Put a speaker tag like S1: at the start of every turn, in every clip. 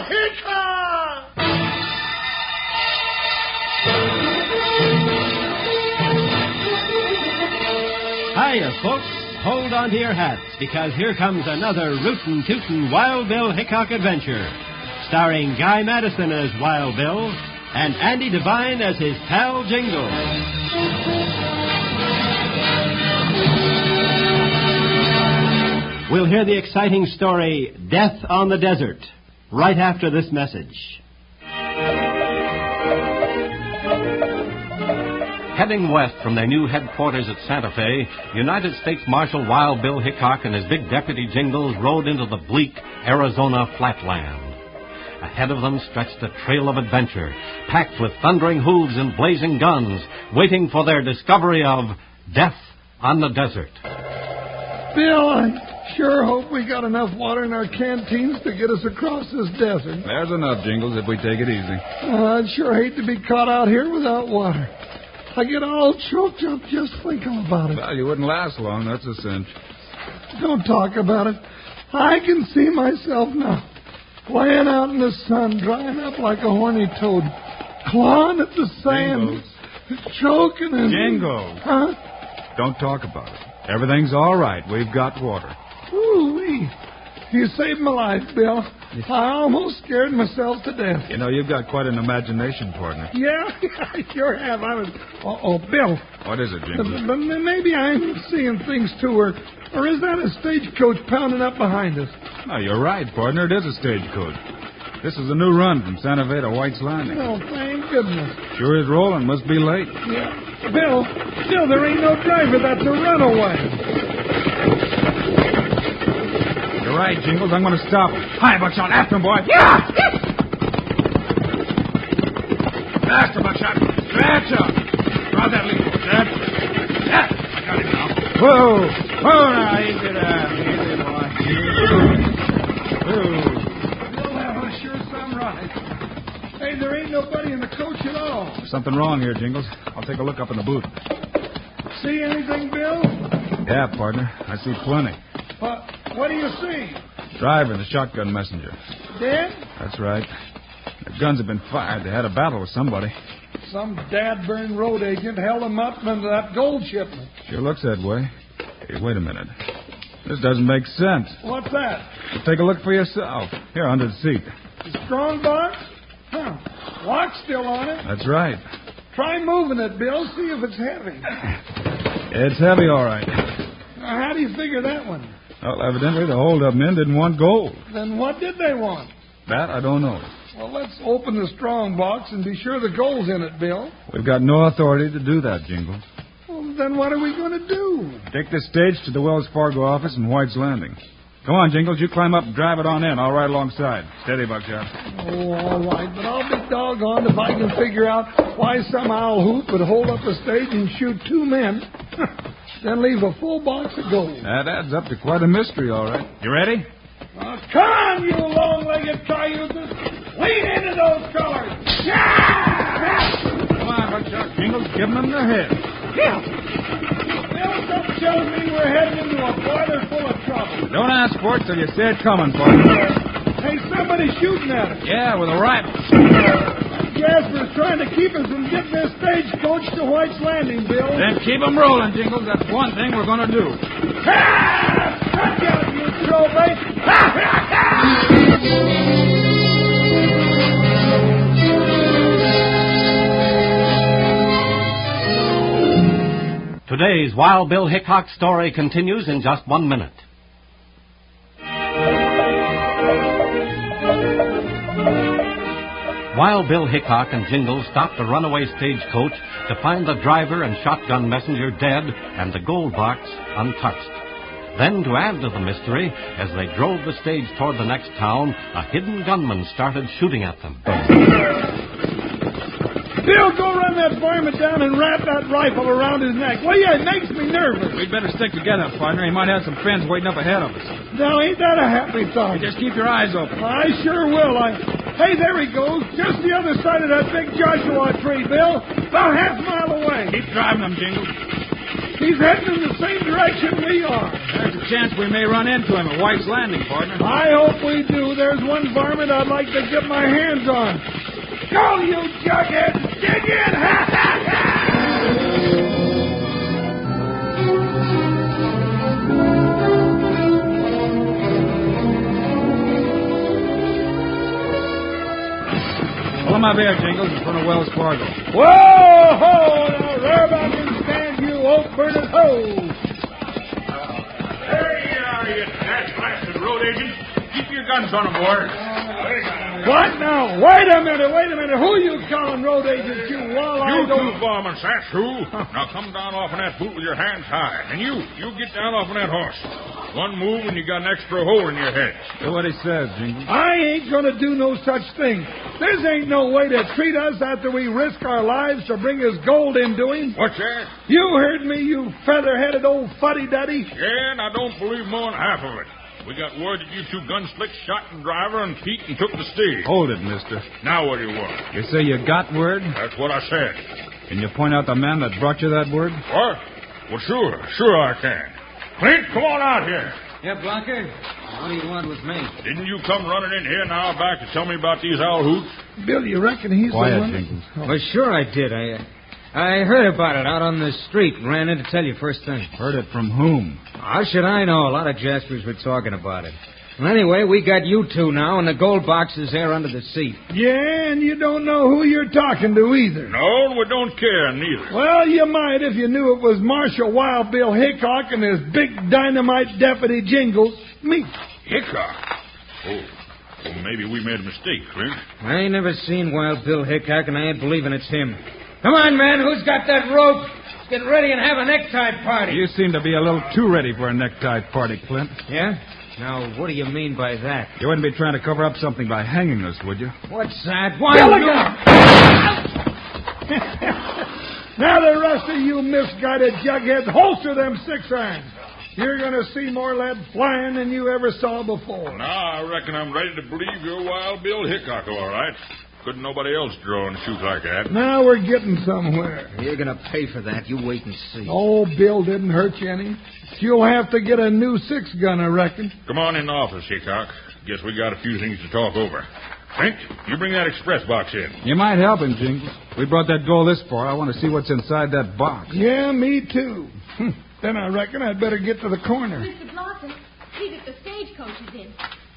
S1: Hickok!
S2: Hiya, folks. Hold on to your hats, because here comes another rootin' tootin' Wild Bill Hickok adventure. Starring Guy Madison as Wild Bill and Andy Devine as his pal Jingle. We'll hear the exciting story, Death on the Desert, right after this message.
S3: Heading west from their new headquarters at Santa Fe, United States Marshal Wild Bill Hickok and his big deputy Jingles rode into the bleak Arizona flatland. Ahead of them stretched a trail of adventure, packed with thundering hooves and blazing guns, waiting for their discovery of death on the desert.
S4: Bill, I sure hope we got enough water in our canteens to get us across this desert.
S5: There's enough jingles if we take it easy.
S4: Uh, I'd sure hate to be caught out here without water. I get all choked up just thinking about it.
S5: Well, you wouldn't last long, that's a cinch.
S4: Don't talk about it. I can see myself now, laying out in the sun, drying up like a horny toad, clawing at the sand, choking and...
S5: Jingles.
S4: Huh?
S5: Don't talk about it. Everything's all right. We've got water.
S4: Ooh-wee. You saved my life, Bill. I almost scared myself to death.
S5: You know, you've got quite an imagination, partner.
S4: Yeah, I sure have. I was. Oh, oh Bill.
S5: What is it,
S4: m-
S5: Jingles?
S4: m- Maybe I'm seeing things too, or, or is that a stagecoach pounding up behind us?
S5: No, you're right, partner. It is a stagecoach. This is a new run from Santa Fe to White's Landing.
S4: Oh, thank goodness.
S5: Sure is rolling. Must be late.
S4: Yeah. Bill, Bill, there ain't no driver. That's a runaway.
S5: You're right, Jingles. I'm going to stop him. Hi, Buckshot. After him, boy. Yeah! Faster, Buckshot. Scratch up. Grab that lead. That's it. Yeah, I got him now. Whoa. Whoa, now. Easy there. Easy, boy. Whoa.
S4: Bill, that was sure some right. Hey, there ain't nobody in the coach at all.
S5: Something wrong here, Jingles. I'll take a look up in the booth.
S4: See anything, Bill?
S5: Yeah, partner. I see plenty.
S4: Uh, what do you see?
S5: Driver, the shotgun messenger.
S4: Dead?
S5: That's right. The guns have been fired. They had a battle with somebody.
S4: Some dadburn road agent held him up into that gold shipment.
S5: Sure looks that way. Hey, wait a minute. This doesn't make sense.
S4: What's that?
S5: Take a look for yourself. Here, under the seat.
S4: A strong box? Huh. Lock still on it.
S5: That's right.
S4: Try moving it, Bill. See if it's heavy.
S5: It's heavy, all right.
S4: Now, how do you figure that one?
S5: Well, evidently the hold-up men didn't want gold.
S4: Then what did they want?
S5: That I don't know.
S4: Well, let's open the strong box and be sure the gold's in it, Bill.
S5: We've got no authority to do that, Jingle.
S4: Well, then what are we going to do?
S5: Take this stage to the Wells Fargo office in White's Landing. Come on, Jingles, you climb up and drive it on in. I'll ride alongside. Steady, Buckshot.
S4: Oh, all right, but I'll be doggone if I can figure out why some owl hoop would hold up a stage and shoot two men, then leave a full box of gold.
S5: That adds up to quite a mystery, all right. You ready?
S4: Now, come on, you long-legged cayuses! Lean into those colors! Yeah!
S5: Come on, Buckshot. Jingles, give them the head.
S4: Yeah! Bill just tells me we're heading into a boiler full of trouble.
S5: Don't ask for it till you see it coming, partner.
S4: Hey, somebody's shooting at us.
S5: Yeah, with a rifle.
S4: Jasper's trying to keep us from getting this stagecoach to White's Landing, Bill.
S5: Then keep 'em rolling, Jingles. That's one thing we're going to do.
S4: Ah! Cut out, you throwbait!
S3: Today's Wild Bill Hickok story continues in just one minute. Wild Bill Hickok and Jingle stopped a runaway stagecoach to find the driver and shotgun messenger dead and the gold box untouched. Then, to add to the mystery, as they drove the stage toward the next town, a hidden gunman started shooting at them.
S4: Bill, go run that varmint down and wrap that rifle around his neck. Well, yeah, it makes me nervous.
S5: We'd better stick together, partner. He might have some friends waiting up ahead of us.
S4: Now, ain't that a happy thought?
S5: Just keep your eyes open.
S4: I sure will. I. Hey, there he goes. Just the other side of that big Joshua tree, Bill. About half a mile away.
S5: Keep driving them, Jingles.
S4: He's heading in the same direction we are.
S1: There's a chance we may run into him at White's Landing, partner.
S4: I hope we do. There's one varmint I'd like to get my hands on. Go, you jughead! Dig in! Ha, ha, ha!
S1: Pull him up here, Jingles, in front of Wells Fargo.
S4: Whoa, ho! Now, thereabout can stand you, old Bernard Ho!
S1: There you are, uh, you fat blasted road agent. Keep your guns on him, boy.
S4: What now? Wait a minute, wait a minute. Who are you calling road agent, you
S1: You
S4: walleye?
S1: two varmints, that's who. Now come down off of that boot with your hands high. And you, you get down off of that horse. One move and you got an extra hole in your head. Do what he says, Jingles.
S4: I ain't gonna do no such thing. This ain't no way to treat us after we risk our lives to bring his gold into him.
S1: What's that?
S4: You heard me, you feather-headed old fuddy-duddy.
S1: Yeah, and I don't believe more than half of it. We got word that you two gunslicks shot the driver and Pete and took the steed.
S5: Hold it, mister.
S1: Now what do you want?
S5: You say you got word?
S1: That's what I said.
S5: Can you point out the man that brought you that word?
S1: What? Well, sure, sure I can. Clint, come on out here.
S6: Yeah, Blanker? What do you want with me?
S1: Didn't you come running in here an hour back to tell me about these owl hoots?
S4: Bill, you reckon he's the
S5: Quiet,
S4: one?
S5: Jenkins.
S6: Well, sure I did. I uh, I heard about it out on the street and ran in to tell you first thing.
S5: Heard it from whom?
S6: How should I know? A lot of Jaspers were talking about it. Well, anyway, we got you two now, and the gold box is there under the seat.
S4: Yeah, and you don't know who you're talking to either.
S1: No, and we don't care neither.
S4: Well, you might if you knew it was Marshal Wild Bill Hickok and his big dynamite deputy Jingles. Me.
S1: Hickok. Oh, well, maybe we made a mistake, Clint.
S6: I ain't never seen Wild Bill Hickok, and I ain't believing it's him. Come on, man, who's got that rope? Let's get ready and have a necktie party.
S5: You seem to be a little too ready for a necktie party, Clint.
S6: Yeah? Now, what do you mean by that?
S5: You wouldn't be trying to cover up something by hanging us, would you?
S6: What's that? Why?
S4: Now the rest of you misguided jugheads, holster them six irons. You're gonna see more lead flying than you ever saw before.
S1: Now I reckon I'm ready to believe you're Wild Bill Hickok, all right. Couldn't nobody else draw and shoot like that.
S4: Now we're getting somewhere.
S6: You're gonna pay for that. You wait and see.
S4: Oh, Bill didn't hurt you any. You'll have to get a new six gun, I reckon.
S1: Come on in the office, Hickok. Guess we got a few things to talk over. Clint, you bring that express box in.
S5: You might help him, Jingles. We brought that gold this far. I want to see what's inside that box.
S4: Yeah, me too. Hmm. Then I reckon I'd better get to the corner.
S7: Mr. Blossom, see that the stagecoach is in.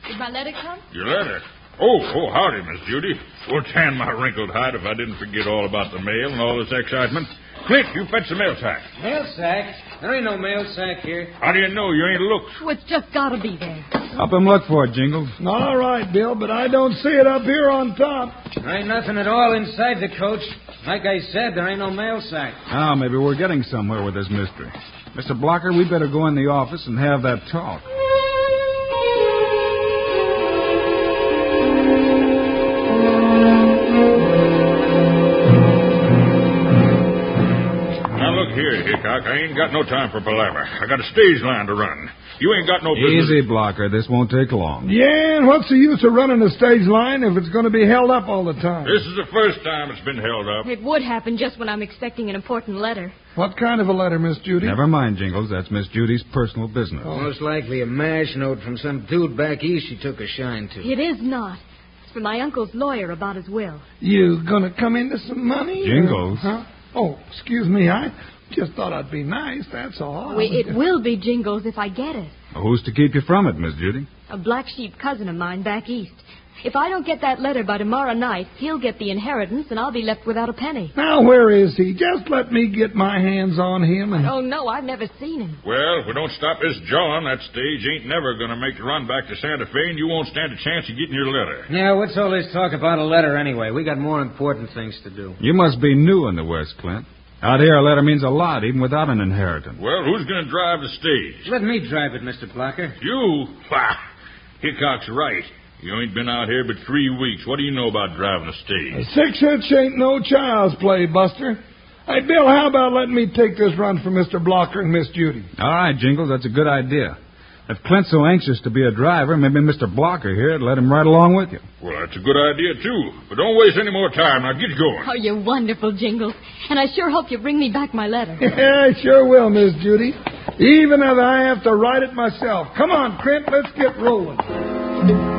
S7: Did my letter come?
S1: Your letter. Oh, oh, howdy, Miss Judy. Well, tan my wrinkled hide if I didn't forget all about the mail and all this excitement. Clint, you fetch the mail sack.
S6: Mail sack? There ain't no mail sack here.
S1: How do you know you ain't looked?
S7: Well, Oh, it's just got to be there.
S5: Help him look for it, Jingles.
S4: All right, Bill, but I don't see it up here on top.
S6: There ain't nothing at all inside the coach. Like I said, there ain't no mail sack.
S5: Now, Ah, maybe we're getting somewhere with this mystery. Mr. Blocker, we better go in the office and have that talk.
S1: Now look here, Hickok. I ain't got no time for palaver. I got a stage line to run. You ain't got no business.
S5: Easy, Blocker. This won't take long.
S4: Yeah, and what's the use of running a stage line if it's going to be held up all the time?
S1: This is the first time it's been held up.
S7: It would happen just when I'm expecting an important letter.
S4: What kind of a letter, Miss Judy?
S5: Never mind, Jingles. That's Miss Judy's personal business.
S6: Most likely a mash note from some dude back east she took a shine to.
S7: It is not. It's from my uncle's lawyer about his will.
S4: You gonna come into some money?
S5: Jingles.
S4: Huh? Oh, excuse me. I just thought I'd be nice. That's all.
S7: Well, it will be Jingles if I get it.
S5: Who's to keep you from it, Miss Judy?
S7: A black sheep cousin of mine back east. If I don't get that letter by tomorrow night, he'll get the inheritance and I'll be left without a penny.
S4: Now where is he? Just let me get my hands on him. And
S7: Oh, no, I've never seen him.
S1: Well, if we don't stop this jawing, that stage ain't never going to make the run back to Santa Fe, and you won't stand a chance of getting your letter.
S6: Yeah, what's all this talk about a letter anyway? We got more important things to do.
S5: You must be new in the West, Clint. Out here, a letter means a lot, even without an inheritance.
S1: Well, who's going to drive the stage?
S6: Let me drive it, Mr. Blocker.
S1: You? Ha! Hickok's right. You ain't been out here but three weeks. What do you know about driving a stage?
S4: six hits ain't no child's play, Buster. Hey, Bill, how about letting me take this run for Mr. Blocker and Miss Judy?
S5: All right, Jingles, that's a good idea. If Clint's so anxious to be a driver, maybe Mr. Blocker here would let him ride along with you.
S1: Well, that's a good idea, too. But don't waste any more time. Now get going.
S7: Oh, you're wonderful, Jingles. And I sure hope you bring me back my letter.
S4: Yeah, I sure will, Miss Judy. Even if I have to write it myself. Come on, Clint, let's get rolling.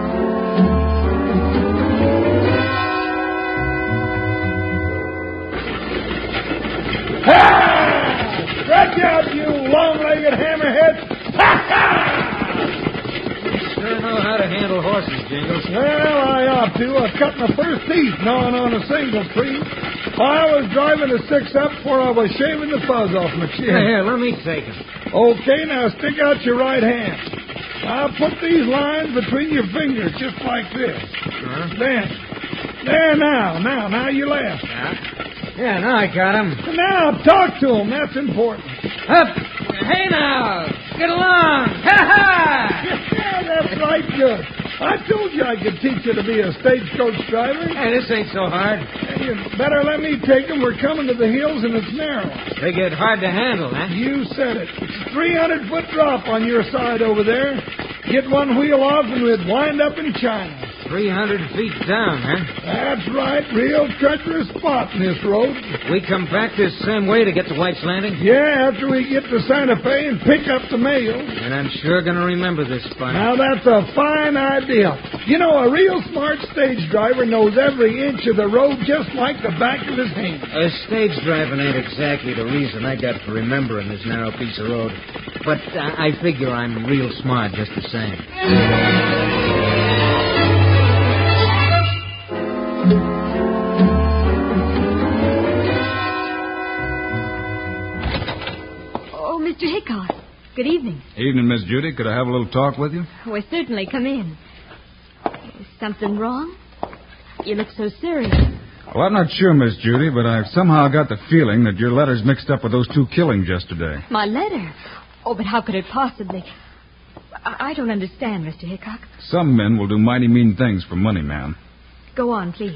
S4: Ah! Stretch out, you long-legged hammerhead!
S6: Sure know how to handle horses, Jingles.
S4: Well, I ought to. I cut my first teeth gnawing on a single tree. I was driving a six-up before I was shaving the fuzz off my chin.
S6: Here, here, let me take him.
S4: Okay, now stick out your right hand. Now put these lines between your fingers, just like this. Then, there now, now, now you laugh.
S6: Yeah, now I got him.
S4: Now talk to him. That's important.
S6: Up! Hey now! Get along! Ha ha!
S4: Yeah, that's right, good. I told you I could teach you to be a stagecoach driver.
S6: Hey, this ain't so hard.
S4: Hey, You better let me take him. We're coming to the hills and it's narrow.
S6: They get hard to handle, huh?
S4: You said it. It's a 300 foot drop on your side over there. Get one wheel off and we'd wind up in China.
S6: 300 feet down, huh?
S4: That's right, real treacherous spot in this road.
S6: We come back this same way to get to White's Landing?
S4: Yeah, after we get to Santa Fe and pick up the mail.
S6: And I'm sure gonna remember this spot.
S4: Now that's a fine idea. You know, a real smart stage driver knows every inch of the road just like the back of his hand.
S6: Uh, stage driving ain't exactly the reason I got for remembering this narrow piece of road. But uh, I figure I'm real smart just the same.
S7: Oh, Mr. Hickok. Good evening.
S5: Evening, Miss Judy. Could I have a little talk with you?
S7: Why, Oh, certainly, come in. Is something wrong? You look so serious.
S5: Well, I'm not sure, Miss Judy, but I've somehow got the feeling that your letter's mixed up with those two killings yesterday.
S7: My letter. Oh, but how could it possibly? I, I don't understand, Mr. Hickok.
S5: Some men will do mighty mean things for money, ma'am.
S7: Go on, please.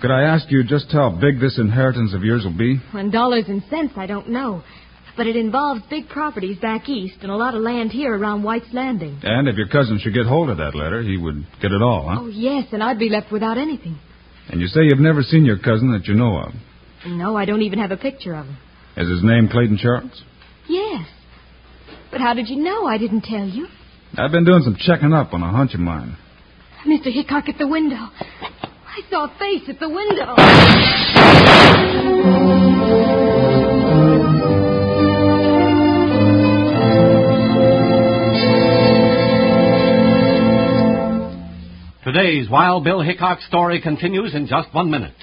S5: Could I ask you just how big this inheritance of yours will be?
S7: In dollars and cents, I don't know. But it involves big properties back east and a lot of land here around White's Landing.
S5: And if your cousin should get hold of that letter, he would get it all, huh?
S7: Oh, yes, and I'd be left without anything.
S5: And you say you've never seen your cousin that you know of.
S7: No, I don't even have a picture of him.
S5: Is his name Clayton Charles?
S7: Yes. But how did you know I didn't tell you?
S5: I've been doing some checking up on a hunch of mine.
S7: Mr. Hickok at the window. I saw a face at the window.
S3: Today's Wild Bill Hickok story continues in just one minute.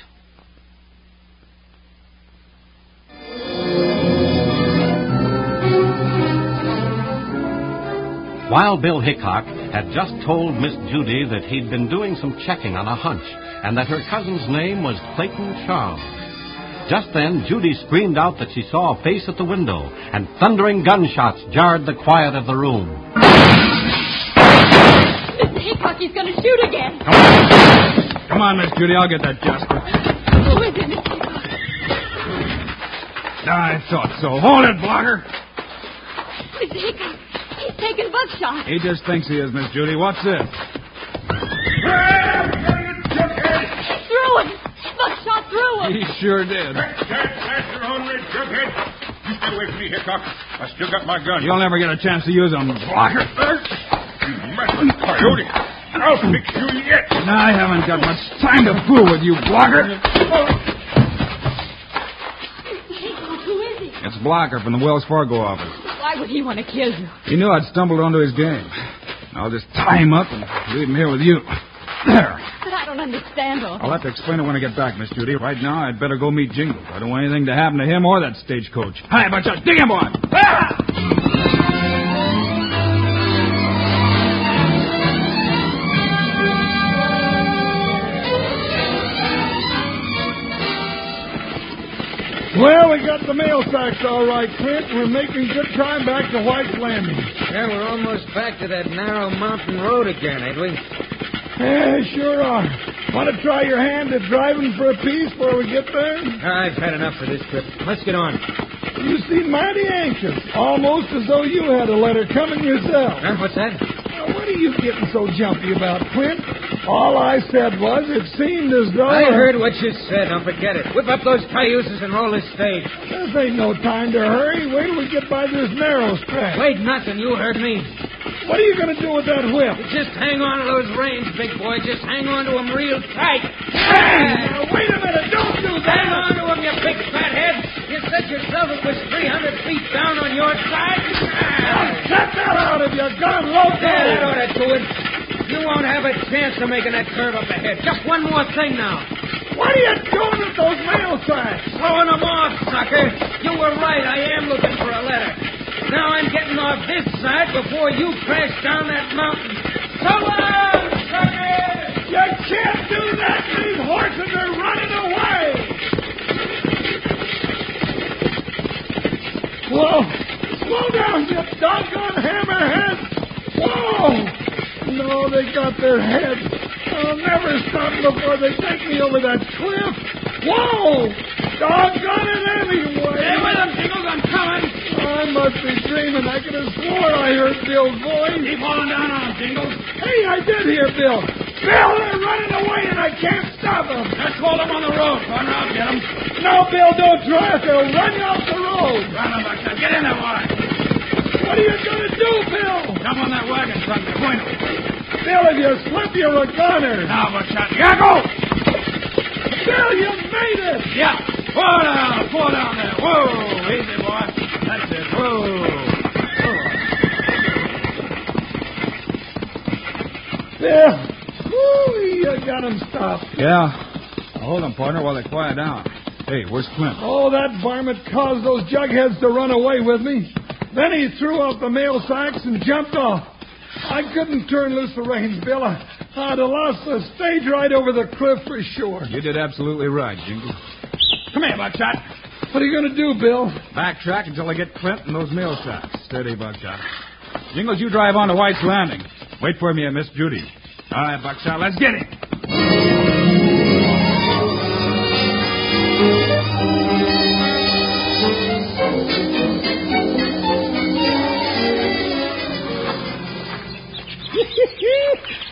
S3: Wild Bill Hickok had just told Miss Judy that he'd been doing some checking on a hunch and that her cousin's name was Clayton Charles. Just then, Judy screamed out that she saw a face at the window, and thundering gunshots jarred the quiet of the room.
S7: Mr. Hickok, he's going to shoot again.
S5: Come on, Miss Judy, I'll get that Jasper.
S7: Who is it, Mr. Hickok?
S5: I thought so. Hold it, Blocker.
S7: Mr. Hickok, he's taken buckshot.
S5: He just thinks he is, Miss Judy. What's this?
S7: Through him. Buckshot through him.
S5: He sure did.
S1: That's your own red jughead. Stay away from me, Hickok. I still got my gun.
S5: You'll never get a chance to use him, Blocker.
S1: You meddling coyote. I'll fix you yet.
S5: And I haven't got much time to fool with you, Blocker.
S7: Mr. Hickok, who is he?
S5: It's Blocker from the Wells Fargo office.
S7: Why would he want to kill you?
S5: He knew I'd stumbled onto his game. I'll just tie him up and leave him here with you. There.
S7: But I don't understand all.
S5: I'll have to explain it when I get back, Miss Judy. Right now, I'd better go meet Jingle. I don't want anything to happen to him or that stagecoach. Hi, bunch of dig him on! Ah!
S4: Well, we got the mail sacks all right, Clint. We're making good time back to White's Landing.
S6: Yeah, we're almost back to that narrow mountain road again, ain't we?
S4: Yeah, Eh, sure are. Want to try your hand at driving for a piece before we get there?
S6: Ah, I've had enough for this trip. Let's get on.
S4: You seem mighty anxious, almost as though you had a letter coming yourself.
S6: Huh? What's that?
S4: Now, what are you getting so jumpy about, Clint? All I said was it seemed as though.
S6: I heard what you said. Now forget it. Whip up those cayuses and roll this stage.
S4: This ain't no time to hurry. Wait till we get by this narrow stretch.
S6: Wait, nothing. You heard me.
S4: What are you going to do with that whip?
S6: Just hang on to those reins, big boy. Just hang on to 'em real tight.
S4: Now, wait a minute. Don't do that.
S6: Hang on to 'em, you big fat head. You said yourself it was 300 feet down on your side. Ah.
S4: Get that out of your gun, loco.
S6: There, that ought to do it. You won't have a chance of making that curve up ahead. Just one more thing now.
S4: What are you doing with those rail signs?
S6: Throwing them off, sucker. You were right. I am looking for a letter. Now I'm getting off this side before you crash down that mountain. So long, sucker!
S4: You can't do that. These horses are running away. Whoa. Slow down, you doggone hammerhead. Whoa. No, they got their head. I'll never stop before they take me over that cliff. Whoa. Doggone it anyway.
S6: Stay with them, Jingles. I'm coming.
S4: I must be dreaming. I could have swore I heard Bill's voice.
S1: Keep on down on 'em, Jingles.
S4: Hey, I did hear Bill. Bill, they're running away and I can't stop them.
S1: Let's hold 'em on the road. Run out, get 'em.
S4: No, Bill, don't try it. They'll run you off the road.
S1: Round 'em, Buckshot. Get in there, boy.
S4: What are you going to do, Bill?
S1: Jump on that wagon truck between 'em.
S4: Bill, if you slip, you're a goner.
S1: Now, Buckshot. Yeah, go!
S4: Bill, you made it.
S1: Yeah. Pull down. Pull down there. Whoa. Easy, boy. That's it. Whoa.
S4: Bill, Woo, you got him stopped.
S5: Yeah. Now, hold 'em, partner, while they quiet down. Hey, where's Clint?
S4: Oh, that varmint caused those jugheads to run away with me. Then he threw out the mail sacks and jumped off. I couldn't turn loose the reins, Bill. I, I'd have lost the stage right over the cliff for sure.
S5: You did absolutely right, Jingle.
S1: Come here, Buckshot.
S4: What are you going to do, Bill?
S5: Backtrack until I get Clint and those mail sacks. Steady, Buckshot. Jingles, you drive on to White's Landing. Wait for me at Miss Judy. All right, Buckshot, let's get it.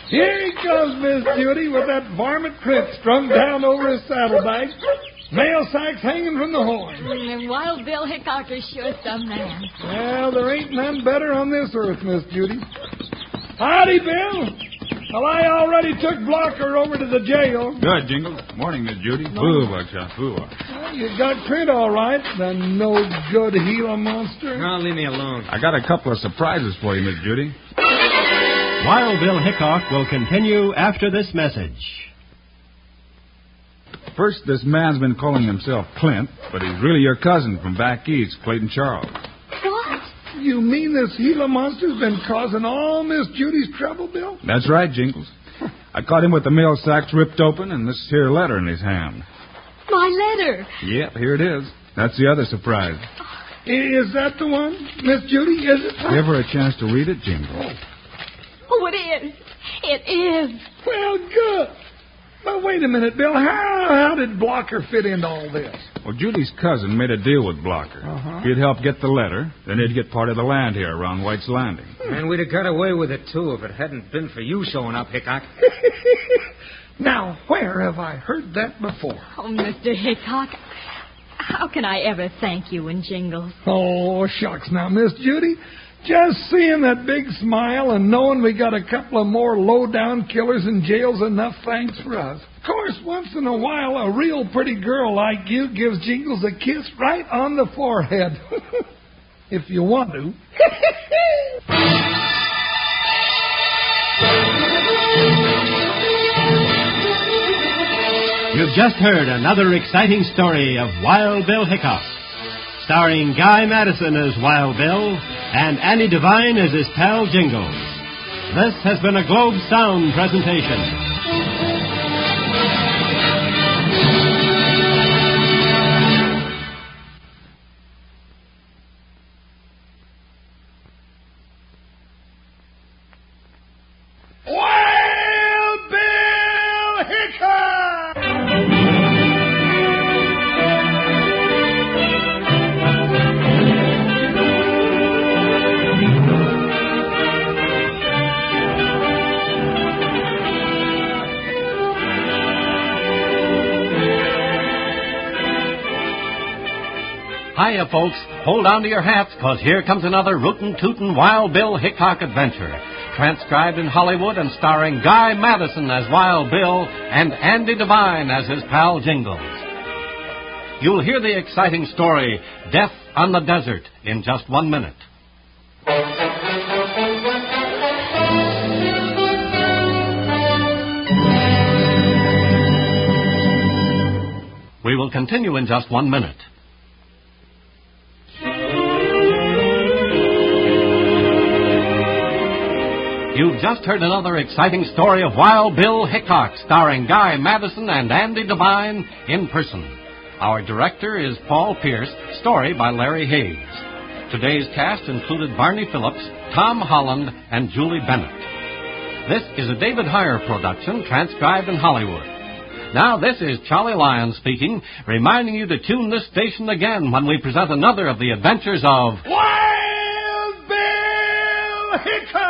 S4: Here he comes, Miss Judy, with that varmint crib strung down over his saddlebags, mail sacks hanging from the horn.
S7: Mm, Wild Bill Hickocker's sure some man.
S4: Well, there ain't none better on this earth, Miss Judy. Howdy, Bill. Well, I already took Blocker over to the jail.
S5: Good, Jingles. Morning, Miss Judy. Boo, Buckshot, boo.
S4: Well, You got Clint all right, the no good Gila monster.
S6: Now leave me alone.
S5: I got a couple of surprises for you, Miss Judy.
S2: Wild Bill Hickok will continue after this message.
S5: First, this man's been calling himself Clint, but he's really your cousin from back east, Clayton Charles.
S7: What?
S4: You mean this Gila monster's been causing all Miss Judy's trouble, Bill?
S5: That's right, Jingles. I caught him with the mail sacks ripped open and this here letter in his hand.
S7: My letter.
S5: Yep, here it is. That's the other surprise.
S4: I- Is that the one, Miss Judy? Is it?
S5: Give her a chance to read it, Jingles.
S7: Oh, it is. It is.
S4: Well, good. But wait a minute, Bill. How, how did Blocker fit into all this?
S5: Well, Judy's cousin made a deal with Blocker.
S4: Uh-huh.
S5: He'd help get the letter, then he'd get part of the land here around White's Landing.
S6: Man, we'd have got away with it, too, if it hadn't been for you showing up, Hickok.
S4: now, where have I heard that before?
S7: Oh, Mr. Hickok, how can I ever thank you and Jingles?
S4: Oh, shucks now, Miss Judy. Just seeing that big smile and knowing we got a couple of more low-down killers in jail's enough thanks for us. Of course, once in a while, a real pretty girl like you gives Jingles a kiss right on the forehead. if you want to.
S2: You've just heard another exciting story of Wild Bill Hickok, starring Guy Madison as Wild Bill and Annie Devine as his pal Jingles. This has been a Globe Sound presentation.
S4: Wild Bill Hickok!
S3: Hiya, folks. Hold on to your hats, because here comes another rootin' tootin' Wild Bill Hickok adventure. Transcribed in Hollywood and starring Guy Madison as Wild Bill and Andy Devine as his pal Jingles. You'll hear the exciting story, Death on the Desert, in just one minute. We will continue in just one minute. You've just heard another exciting story of Wild Bill Hickok, starring Guy Madison and Andy Devine in person. Our director is Paul Pierce, story by Larry Hayes. Today's cast included Barney Phillips, Tom Holland, and Julie Bennett. This is a David Heyer production transcribed in Hollywood. Now, this is Charlie Lyon speaking, reminding you to tune this station again when we present another of the adventures of
S1: Wild Bill Hickok!